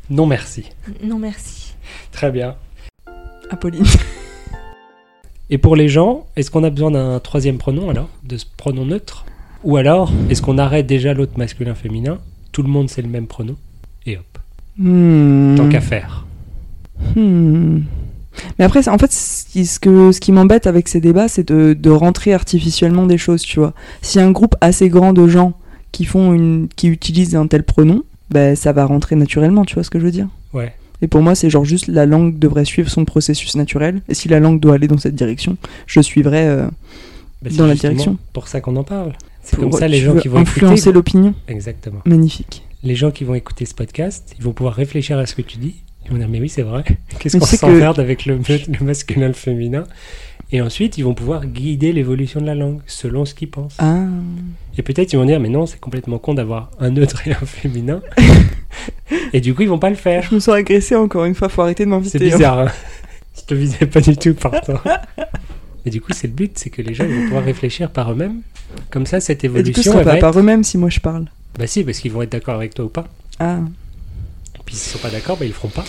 B: Non merci.
C: Non, merci.
B: Très bien.
A: Apolline.
B: Et pour les gens, est-ce qu'on a besoin d'un troisième pronom alors De ce pronom neutre Ou alors, est-ce qu'on arrête déjà l'autre masculin-féminin Tout le monde c'est le même pronom. Et hop,
A: Hmm.
B: tant qu'à faire.
A: Hmm. Mais après, ça- en fait, ce qui- ce, que, ce qui m'embête avec ces débats, c'est de, de rentrer artificiellement des choses, tu vois. Si un groupe assez grand de gens qui, font une, qui utilisent un tel pronom, ben, ça va rentrer naturellement, tu vois ce que je veux dire
B: Ouais.
A: Et pour moi, c'est genre juste la langue devrait suivre son processus naturel. Et si la langue doit aller dans cette direction, je suivrai euh,
B: Bah, c'est
A: Dans la
B: justement
A: direction.
B: Pour ça qu'on en parle. C'est
A: pour-
B: comme ça les
A: tu
B: gens
A: veux
B: qui vont
A: influencer
B: écouter.
A: l'opinion.
B: Exactement.
A: Magnifique.
B: les gens qui vont écouter ce podcast, ils vont pouvoir réfléchir à ce que tu dis. Ils vont dire, mais oui, c'est vrai. Qu'est-ce
A: Mais
B: qu'on
A: c'est que-
B: s'emmerde avec le, le masculin, le féminin Et ensuite, ils vont pouvoir guider l'évolution de la langue selon ce qu'ils pensent.
A: Ah.
B: Et peut-être, ils vont dire, mais non, c'est complètement con d'avoir un neutre et un féminin. et du coup, ils vont pas le faire.
A: Je me sens agressée encore une fois, faut arrêter de m'inviter.
B: C'est bizarre. hein. Je te visais pas du tout partant. Mais du coup, c'est le but, c'est que les gens ils vont pouvoir réfléchir par eux-mêmes. Comme ça, cette
A: Et du coup, ce
B: évolution,
A: sera
B: elle va
A: pas
B: être-
A: par eux-mêmes si moi je parle.
B: Bah si, parce qu'ils vont être d'accord avec toi ou pas.
A: Ah.
B: Et puis, s'ils sont pas d'accord, bah ils le feront pas.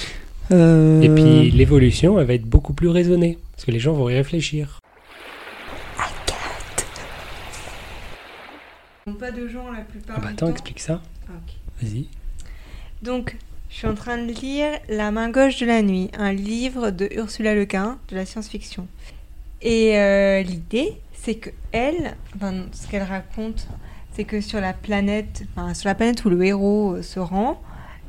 A: Euh,
B: Et puis l'évolution, elle va être beaucoup plus raisonnée, parce que les gens vont y réfléchir.
C: Ils ont Pas de gens la plupart.
B: Ah bah
C: du
B: attends,
C: temps.
B: explique ça.
C: Ah, ok.
B: Vas-y.
C: Donc, je suis en train de lire La main gauche de la nuit, un livre de Ursula Le Guin, de la science-fiction. Et euh, l'idée, c'est que elle, enfin, ce qu'elle raconte, c'est que sur la planète, enfin, sur la planète où le héros euh, se rend,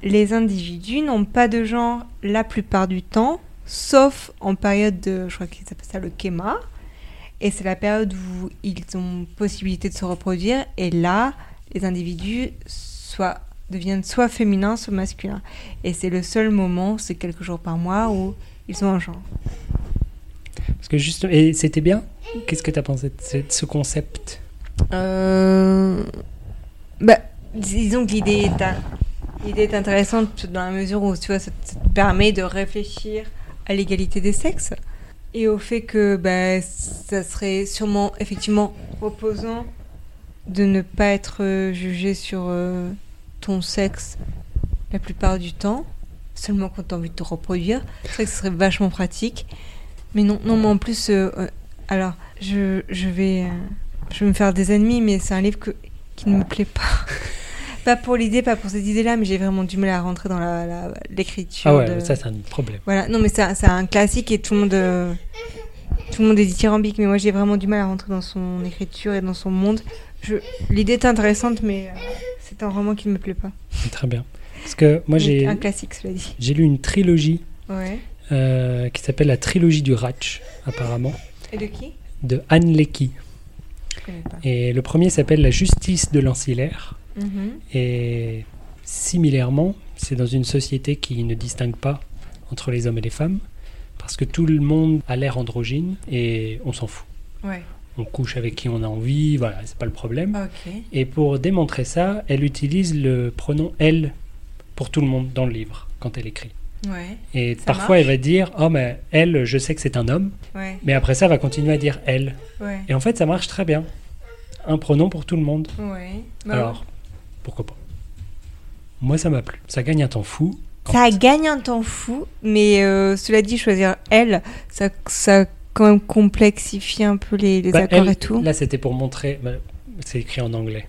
C: les individus n'ont pas de genre la plupart du temps, sauf en période de, je crois qu'ils appellent ça le kéma, et c'est la période où ils ont possibilité de se reproduire, et là, les individus soient deviennent soit féminins, soit masculins. Et c'est le seul moment, c'est quelques jours par mois, où ils ont un genre.
B: Parce que juste, et c'était bien. Qu'est-ce que t'as pensé de ce, de ce concept
C: Euh... Bah, disons que l'idée est, in- l'idée est intéressante dans la mesure où tu vois, ça te ça te permet de réfléchir à l'égalité des sexes. et au fait que bah, ça serait sûrement effectivement reposant de ne pas être euh, jugé sur euh, ton sexe la plupart du temps, seulement quand tu as envie de te reproduire. C'est vrai que ce serait vachement pratique. Mais non, non mais en plus, euh, euh, alors, je, je vais, euh, je vais me faire des ennemis, mais c'est un livre que, qui ne me plaît pas. pas pour l'idée, pas pour cette idée-là, mais j'ai vraiment du mal à rentrer dans la- la- l'écriture.
B: Ah ouais,
C: de-
B: ça c'est un problème.
C: voilà, non, mais c'est un- c'est un classique et tout le monde, euh, tout le monde est dithyrambique, mais moi j'ai vraiment du mal à rentrer dans son écriture et dans son monde. Je- L'idée est intéressante, mais euh, c'est un roman qui ne me plaît pas.
B: Très bien. Parce que moi
C: Donc,
B: j'ai
C: Un classique, cela dit.
B: j'ai lu une trilogie
C: Ouais.
B: euh, qui s'appelle la trilogie du Ratch, apparemment,
C: Et de qui
B: de Anne Lecky.
C: Je connais pas.
B: Et le premier s'appelle La justice de l'ancillaire.
C: Mhm.
B: Et similairement, c'est dans une société qui ne distingue pas entre les hommes et les femmes, parce que tout le monde a l'air androgyne et on s'en fout.
C: Ouais.
B: On couche avec qui on a envie, voilà, c'est pas le problème.
C: Ok.
B: Et pour démontrer ça, elle utilise le pronom elle pour tout le monde dans le livre quand elle écrit.
C: Ouais.
B: Et
C: Ça
B: parfois,
C: marche
B: elle va dire Oh, mais elle, je sais que c'est un homme,
C: Ouais.
B: mais après ça, elle va continuer à dire elle.
C: Ouais.
B: Et en fait, ça marche très bien. Un pronom pour tout le monde.
C: Bah Ouais.
B: Alors, pourquoi pas Moi, ça m'a plu. Ça gagne un temps fou.
C: Ça gagne un temps fou, mais euh, cela dit, choisir elle, ça, ça quand même complexifie un peu les, les
B: Bah,
C: accords
B: elle,
C: et tout.
B: Là, c'était pour montrer. bah, c'est écrit en anglais.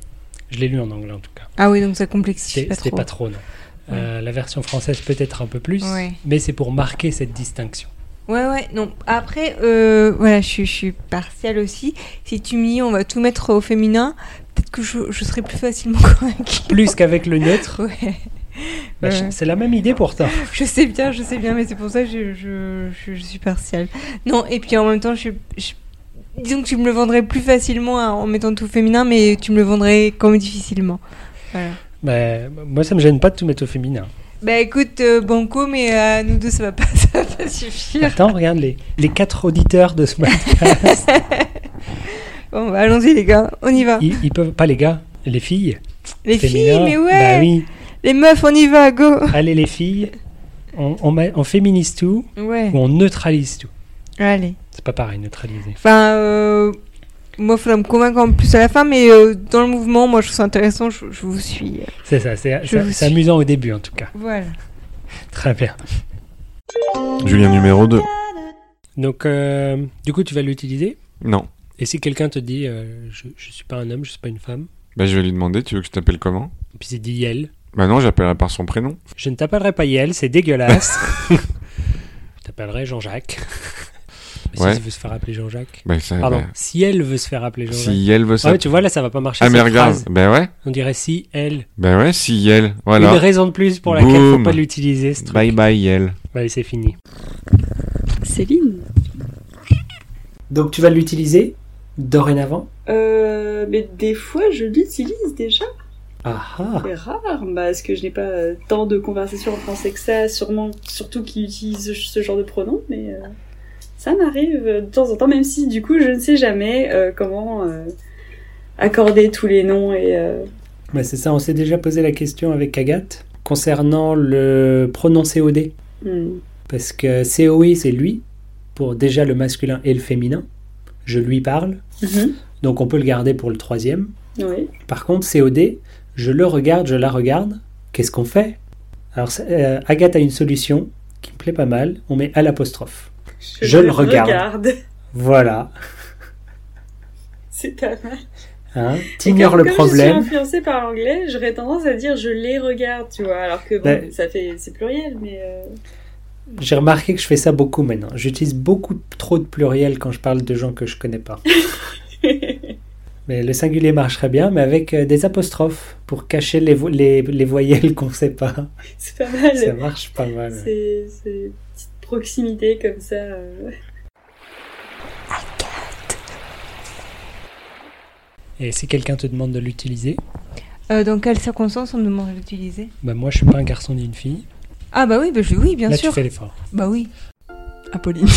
B: Je l'ai lu en anglais, en tout cas.
C: Ah oui, donc ça complexifie
B: C'était
C: pas
B: c'était
C: trop.
B: pas trop, non. Euh, la version française, peut-être un peu plus.
C: Ouais.
B: Mais c'est pour marquer cette distinction.
C: Ouais, ouais, non. Après, euh, voilà, je, suis- je suis partielle aussi. Si tu me dis on va tout mettre au féminin, peut-être que je, je serai plus facilement convaincue.
B: Plus qu'avec le neutre.
C: Ouais.
B: bah, je-
C: Ouais.
B: C'est la même idée pourtant.
C: Je sais bien, je sais bien, mais c'est pour ça que je, je, je- je suis partielle. Non, et puis en même temps, je, suis- je- disons que tu me le vendrais plus facilement hein, en mettant tout féminin, mais tu me le vendrais quand même difficilement. Voilà.
B: Bah, moi, ça me gêne pas de tout mettre au féminin.
C: Bah écoute, euh, Banco, mais à nous deux, ça va pas, ça va pas suffire.
B: Attends, regarde les, les quatre auditeurs de ce podcast.
C: Bon, bah, allons-y, les gars, on y va.
B: ils, ils peuvent pas les gars, les filles.
C: Les filles,
B: féminin.
C: mais ouais
B: Bah oui.
C: Les meufs, on y va, go
B: Allez les filles, on, on, ma- on féminise tout
C: Ouais,
B: ou on neutralise tout.
C: allez.
B: C'est pas pareil, neutraliser.
C: Enfin, euh, moi, faudra me convaincre en plus à la fin, mais euh, dans le mouvement, moi, je trouve ça intéressant, je, je vous suis.
B: C'est ça, c'est
C: Je
B: c'est-
C: vous
B: c'est
C: suis.
B: amusant au début en tout cas.
C: Voilà.
B: Très bien.
E: Julien numéro 2.
B: Donc, euh, du coup, tu vas l'utiliser.
E: Non.
B: Et si quelqu'un te dit euh, je, je suis pas un homme, je suis pas une femme,
E: Bah, je vais lui demander, tu veux que je t'appelle comment
B: et puis c'est dit Yel,
E: Bah non, j'appellerai par son prénom.
B: je ne t'appellerai pas Yel, c'est dégueulasse. je t'appellerai Jean-Jacques. Mais
E: Ouais.
B: Si tu veux se faire appeler Jean-Jacques.
E: Bah, ça,
B: Pardon,
E: bah,
B: si elle veut se faire appeler Jean-Jacques.
E: si elle veut
B: Ah
E: ça.
B: ouais, tu vois, là, ça va pas marcher.
E: Ah, mais
B: cette
E: regarde,
B: phrase.
E: bah ouais,
B: On dirait si elle.
E: bah ouais, si Yel,
B: Une
E: voilà.
B: raison de plus pour laquelle
E: Boum.
B: faut pas l'utiliser, ce truc.
E: Bye bye Yel.
B: Allez, c'est fini.
D: Céline
F: Donc tu vas l'utiliser dorénavant
D: euh, Mais des fois, je l'utilise déjà.
F: Ah ah
D: C'est rare, parce que je n'ai pas euh, tant de conversations en français que ça, sûrement, surtout qui utilisent ce genre de pronom, mais euh, ça m'arrive euh, de temps en temps, même si du coup je ne sais jamais euh, comment euh, accorder tous les noms et... euh,
F: Mais Bah, c'est ça, on s'est déjà posé la question avec Agathe concernant le pronom COD.
D: hmm.
F: Parce que COI, c'est lui, pour déjà le masculin et le féminin. Je lui parle,
D: Mhm.
F: donc on peut le garder pour le troisième.
D: Oui.
F: Par contre, COD, je le regarde, je la regarde. Qu'est-ce qu'on fait Alors, c'est- euh, Agathe a une solution qui me plaît pas mal. On met à l'apostrophe. Je le regarde. Voilà.
D: C'est pas mal.
F: Hein T'ignores
D: Comme-
F: le
D: comme Je
F: problème.
D: suis influencée par l'anglais, j'aurais tendance à dire je les regarde, tu vois, alors que bon,
F: Ben-
D: ça fait... c'est pluriel, mais... euh,
F: J'ai remarqué que je fais ça beaucoup maintenant. J'utilise beaucoup trop de pluriel quand je parle de gens que je connais pas. Mais le singulier marcherait bien, mais avec euh, des apostrophes pour cacher les, vo- les, les voyelles qu'on sait pas.
D: c'est pas mal.
F: Ça marche pas mal. ouais.
D: C'est c'est une petite proximité comme ça. euh.
B: Et si quelqu'un te demande de l'utiliser,
C: Euh, dans quelles circonstances on me demande de l'utiliser
B: bah moi, je suis pas un garçon ni une fille.
C: Ah bah oui, bah je- oui, bien
B: Là,
C: sûr.
B: tu fais l'effort.
C: Bah oui.
A: Apolline.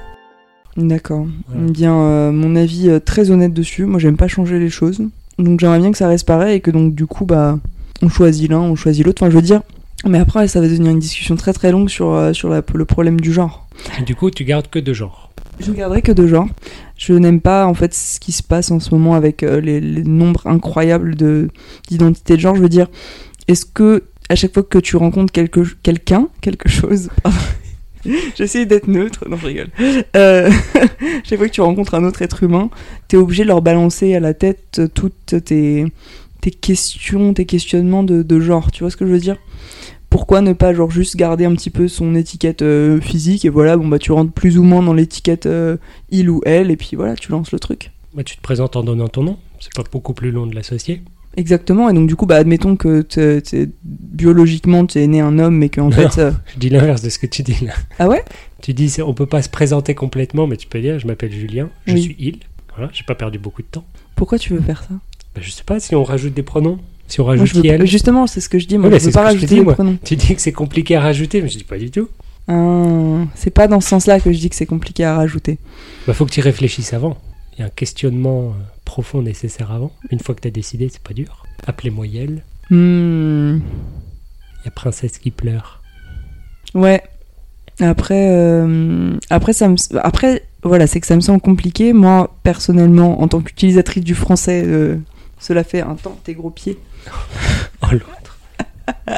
A: D'accord.
B: Voilà.
A: Eh Bien, euh, mon avis euh, très honnête dessus. Moi, j'aime pas changer les choses. Donc, j'aimerais bien que ça reste pareil et que donc, du coup, bah, on choisit l'un, on choisit l'autre. Enfin, je veux dire. Mais après, ça va devenir une discussion très très longue sur, euh, sur la- le problème du genre.
B: Et du coup, tu gardes que deux genres.
A: Je regarderai que deux genres. Je n'aime pas en fait ce qui se passe en ce moment avec euh, les, les nombres incroyables de d'identités de genre. Je veux dire, est-ce que à chaque fois que tu rencontres quelque quelqu'un, quelque chose, pardon, j'essaie d'être neutre, non je rigole. Euh, chaque fois que tu rencontres un autre être humain, t'es obligé de leur balancer à la tête toutes tes tes questions, tes questionnements de, de genre. Tu vois ce que je veux dire pourquoi ne pas genre juste garder un petit peu son étiquette euh, physique et voilà bon bah tu rentres plus ou moins dans l'étiquette euh, il ou elle et puis voilà tu lances le truc
B: Bah, tu te présentes en donnant ton nom. C'est pas beaucoup plus long de l'associer.
A: exactement et donc du coup bah admettons que t'es- t'es- biologiquement tu es né un homme mais que en
B: Non.
A: fait euh,
B: Je dis l'inverse de ce que tu dis là.
A: ah ouais
B: Tu dis c'est- on peut pas se présenter complètement, mais tu peux dire je m'appelle Julien, je
A: Oui.
B: suis il. Voilà, j'ai pas perdu beaucoup de temps.
A: pourquoi tu veux faire ça
B: Bah, je sais pas si on rajoute des pronoms, si on
A: Moi,
B: rajoute
A: je veux-
B: il.
A: justement c'est ce que je dis moi
B: Ouais, mais
A: je
B: c'est
A: veux
B: ce
A: pas
B: que je te dis,
A: rajouter le
B: moi.
A: prénom
B: Tu dis que c'est compliqué à rajouter, mais je dis pas du tout.
A: Ah, c'est pas dans ce sens là que je dis que c'est compliqué à rajouter
B: Bah, faut que tu y réfléchisses avant. Il y a un questionnement euh, profond nécessaire avant. Une fois que tu as décidé, c'est pas dur. Appelez-moi Yel.
A: Hmm,
B: Il y a Princesse qui pleure.
A: ouais après euh, après ça me après voilà c'est que ça me semble compliqué moi personnellement en tant qu'utilisatrice du français euh, cela fait un temps tes gros pieds
B: Oh l'autre.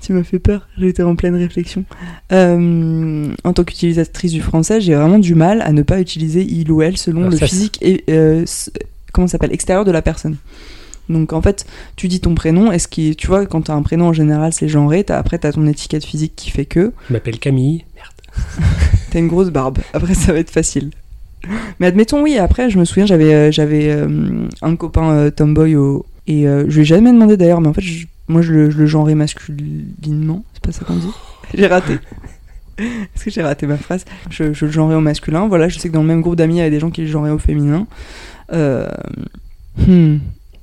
A: Tu m'as fait peur, j'étais en pleine réflexion. Euh, en tant qu'utilisatrice du français, j'ai vraiment du mal à ne pas utiliser il ou elle selon
B: Alors
A: le
B: Ah, ça,
A: physique et euh, s- comment ça s'appelle extérieur de la personne. Donc en fait, tu dis ton prénom, est-ce que tu vois quand t'as un prénom en général c'est genré, t'as, après t'as ton étiquette physique qui fait que
B: Je m'appelle Camille. Merde.
A: t'as une grosse barbe. Après ça va être facile. Mais admettons oui, après je me souviens j'avais euh, j'avais euh, un copain euh, tomboy au- et euh, je lui ai jamais demandé d'ailleurs, mais en fait je- moi je le, je le genrais masculinement, c'est pas ça qu'on dit j'ai raté. Est-ce que j'ai raté ma phrase je, je le genrais au masculin. Voilà, je sais que dans le même groupe d'amis, il y avait des gens qui le genraient au féminin. Euh, hmm.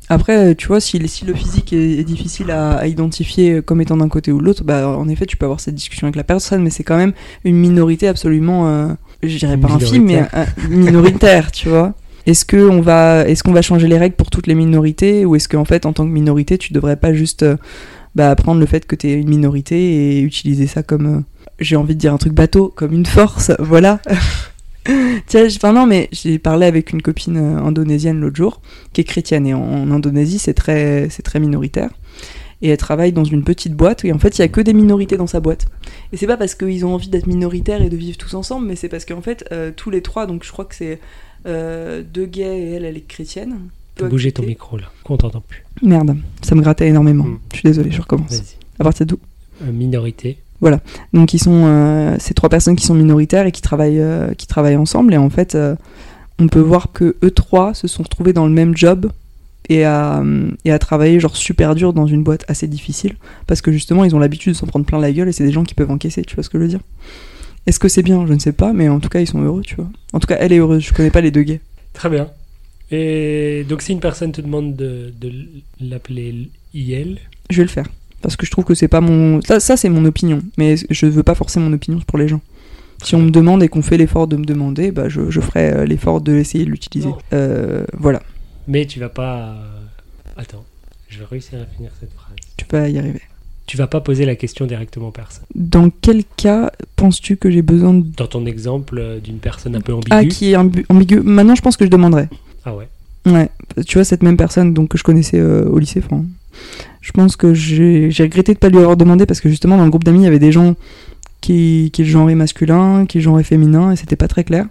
A: Après, tu vois, si, si le physique est, est difficile à, à identifier comme étant d'un côté ou de l'autre, bah, en effet, tu peux avoir cette discussion avec la personne, mais c'est quand même une minorité absolument, euh, je dirais pas infime, mais euh, minoritaire, tu vois. Est-ce que on va, est-ce qu'on va changer les règles pour toutes les minorités, ou est-ce qu'en fait, en tant que minorité, tu devrais pas juste euh, bah, prendre le fait que tu es une minorité et utiliser ça comme, euh, j'ai envie de dire un truc bateau, comme une force, voilà. Tiens, j'ai- enfin non, mais j'ai parlé avec une copine euh, indonésienne l'autre jour, qui est chrétienne, et en, en Indonésie, c'est très, c'est très minoritaire. Et elle travaille dans une petite boîte, et en fait, il y a que des minorités dans sa boîte. Et c'est pas parce qu'ils ont envie d'être minoritaires et de vivre tous ensemble, mais c'est parce qu'en fait, euh, tous les trois, donc je crois que c'est euh, deux gays et elle, elle est chrétienne.
B: Faut bouger ton micro là. Qu'on t'entend plus.
A: Merde, ça me grattait énormément.
B: Mm.
A: Je suis désolée, je recommence.
B: Vas-y.
A: À partir d'où
B: Euh, minorité.
A: donc ils sont euh, ces trois personnes qui sont minoritaires et qui travaillent euh, qui travaillent ensemble et en fait euh, on peut voir que eux trois se sont retrouvés dans le même job et à, euh, et à travailler genre super dur dans une boîte assez difficile parce que justement ils ont l'habitude de s'en prendre plein la gueule et c'est des gens qui peuvent encaisser, tu vois ce que je veux dire Est-ce que c'est bien Je ne sais pas mais en tout cas ils sont heureux, tu vois. En tout cas elle est heureuse, je connais pas les deux gays.
B: Très bien. Et donc si une personne te demande de, de l'appeler IL,
A: Je vais le faire parce que je trouve que c'est pas mon ça, ça c'est mon opinion mais je veux pas forcer mon opinion pour les gens. Si on me demande et qu'on fait l'effort de me demander, bah je, je ferai euh, l'effort de l'essayer de l'utiliser.
B: Non.
A: Euh, voilà,
B: mais tu vas pas... euh, Attends, je vais réussir à finir cette phrase.
A: tu vas y arriver.
B: Tu vas pas poser la question directement aux personnes.
A: Dans quel cas penses-tu que j'ai besoin de...
B: Dans ton exemple euh, d'une personne un peu ambiguë.
A: Ah, qui est ambu- ambigu Maintenant, je pense que je demanderai.
B: Ah ouais.
A: Ouais, tu vois, cette même personne donc, que je connaissais euh, au lycée, enfin, je pense que j'ai j'ai regretté de pas lui avoir demandé parce que justement, dans le groupe d'amis, il y avait des gens qui, qui le genraient masculin, qui le genraient féminin et c'était pas très clair.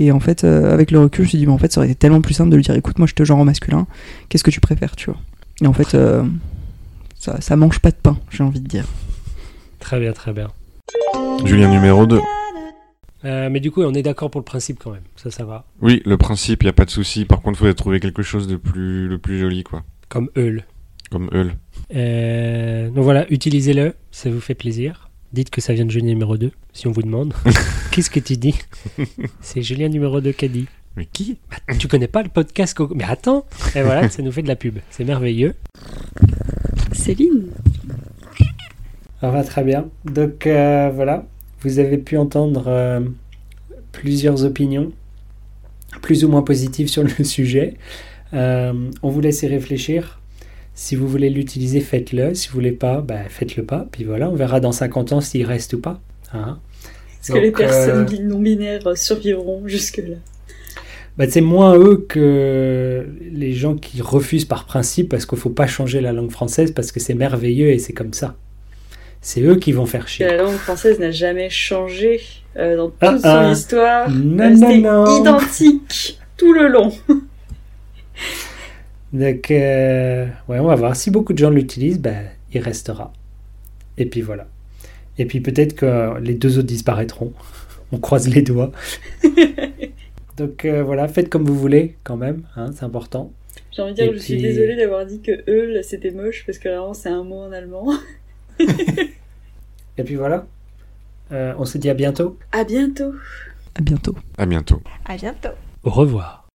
A: Et en fait, euh, avec le recul, je me suis dit, mais en fait, ça aurait été tellement plus simple de lui dire, écoute, moi je te genre en masculin, qu'est-ce que tu préfères, tu vois. Et en fait, euh, ça, ça mange pas de pain, j'ai envie de dire.
B: Très bien, très bien.
E: Julien numéro 2.
B: Euh, mais du coup, on est d'accord pour le principe quand même. Ça, ça va.
E: Oui, le principe, il a pas de souci. Par contre, faut trouver quelque chose de plus, le plus joli, quoi.
B: Comme Eul.
E: Comme Eul.
B: Euh, donc voilà, utilisez-le, ça vous fait plaisir. Dites que ça vient de Julien numéro 2, si on vous demande. Qu'est-ce que tu dis C'est Julien numéro 2 qui a dit.
E: Mais qui
B: Tu connais pas le podcast Coco Mais attends Et voilà, ça nous fait de la pub. C'est merveilleux.
D: Céline
F: Voilà, Ah, bah, très bien. Donc euh, voilà, vous avez pu entendre euh, plusieurs opinions, plus ou moins positives sur le sujet. Euh, on vous laisse y réfléchir. Si vous voulez l'utiliser, faites-le. Si vous voulez pas, bah, faites-le pas. Puis voilà, on verra dans 50 ans s'il reste ou pas. Hein.
D: Parce que les
B: Donc, euh,
D: personnes bi- non binaires survivront jusque-là.
B: bah, c'est moins eux que les gens qui refusent par principe parce qu'il faut pas changer la langue française parce que c'est merveilleux et c'est comme ça. C'est eux qui vont faire chier.
D: La langue française n'a jamais changé euh, dans toute
B: Ah,
D: son
B: ah.
D: histoire.
B: Non,
D: Euh,
B: non,
D: c'est
B: non.
D: identique tout le long.
B: Donc, euh, ouais, on va voir. Si beaucoup de gens l'utilisent, ben, il restera. Et puis voilà. Et puis peut-être que les deux autres disparaîtront. On croise les doigts. Donc euh, voilà, faites comme vous voulez quand même, hein, c'est important.
D: J'ai envie de dire
B: Et
D: que je suis
B: puis-
D: désolée d'avoir dit que Eul c'était moche parce que vraiment c'est un mot en allemand.
B: Et puis voilà. Euh, on se dit à bientôt.
D: À bientôt!
A: À bientôt.
E: À bientôt.
C: À bientôt.
I: Au revoir.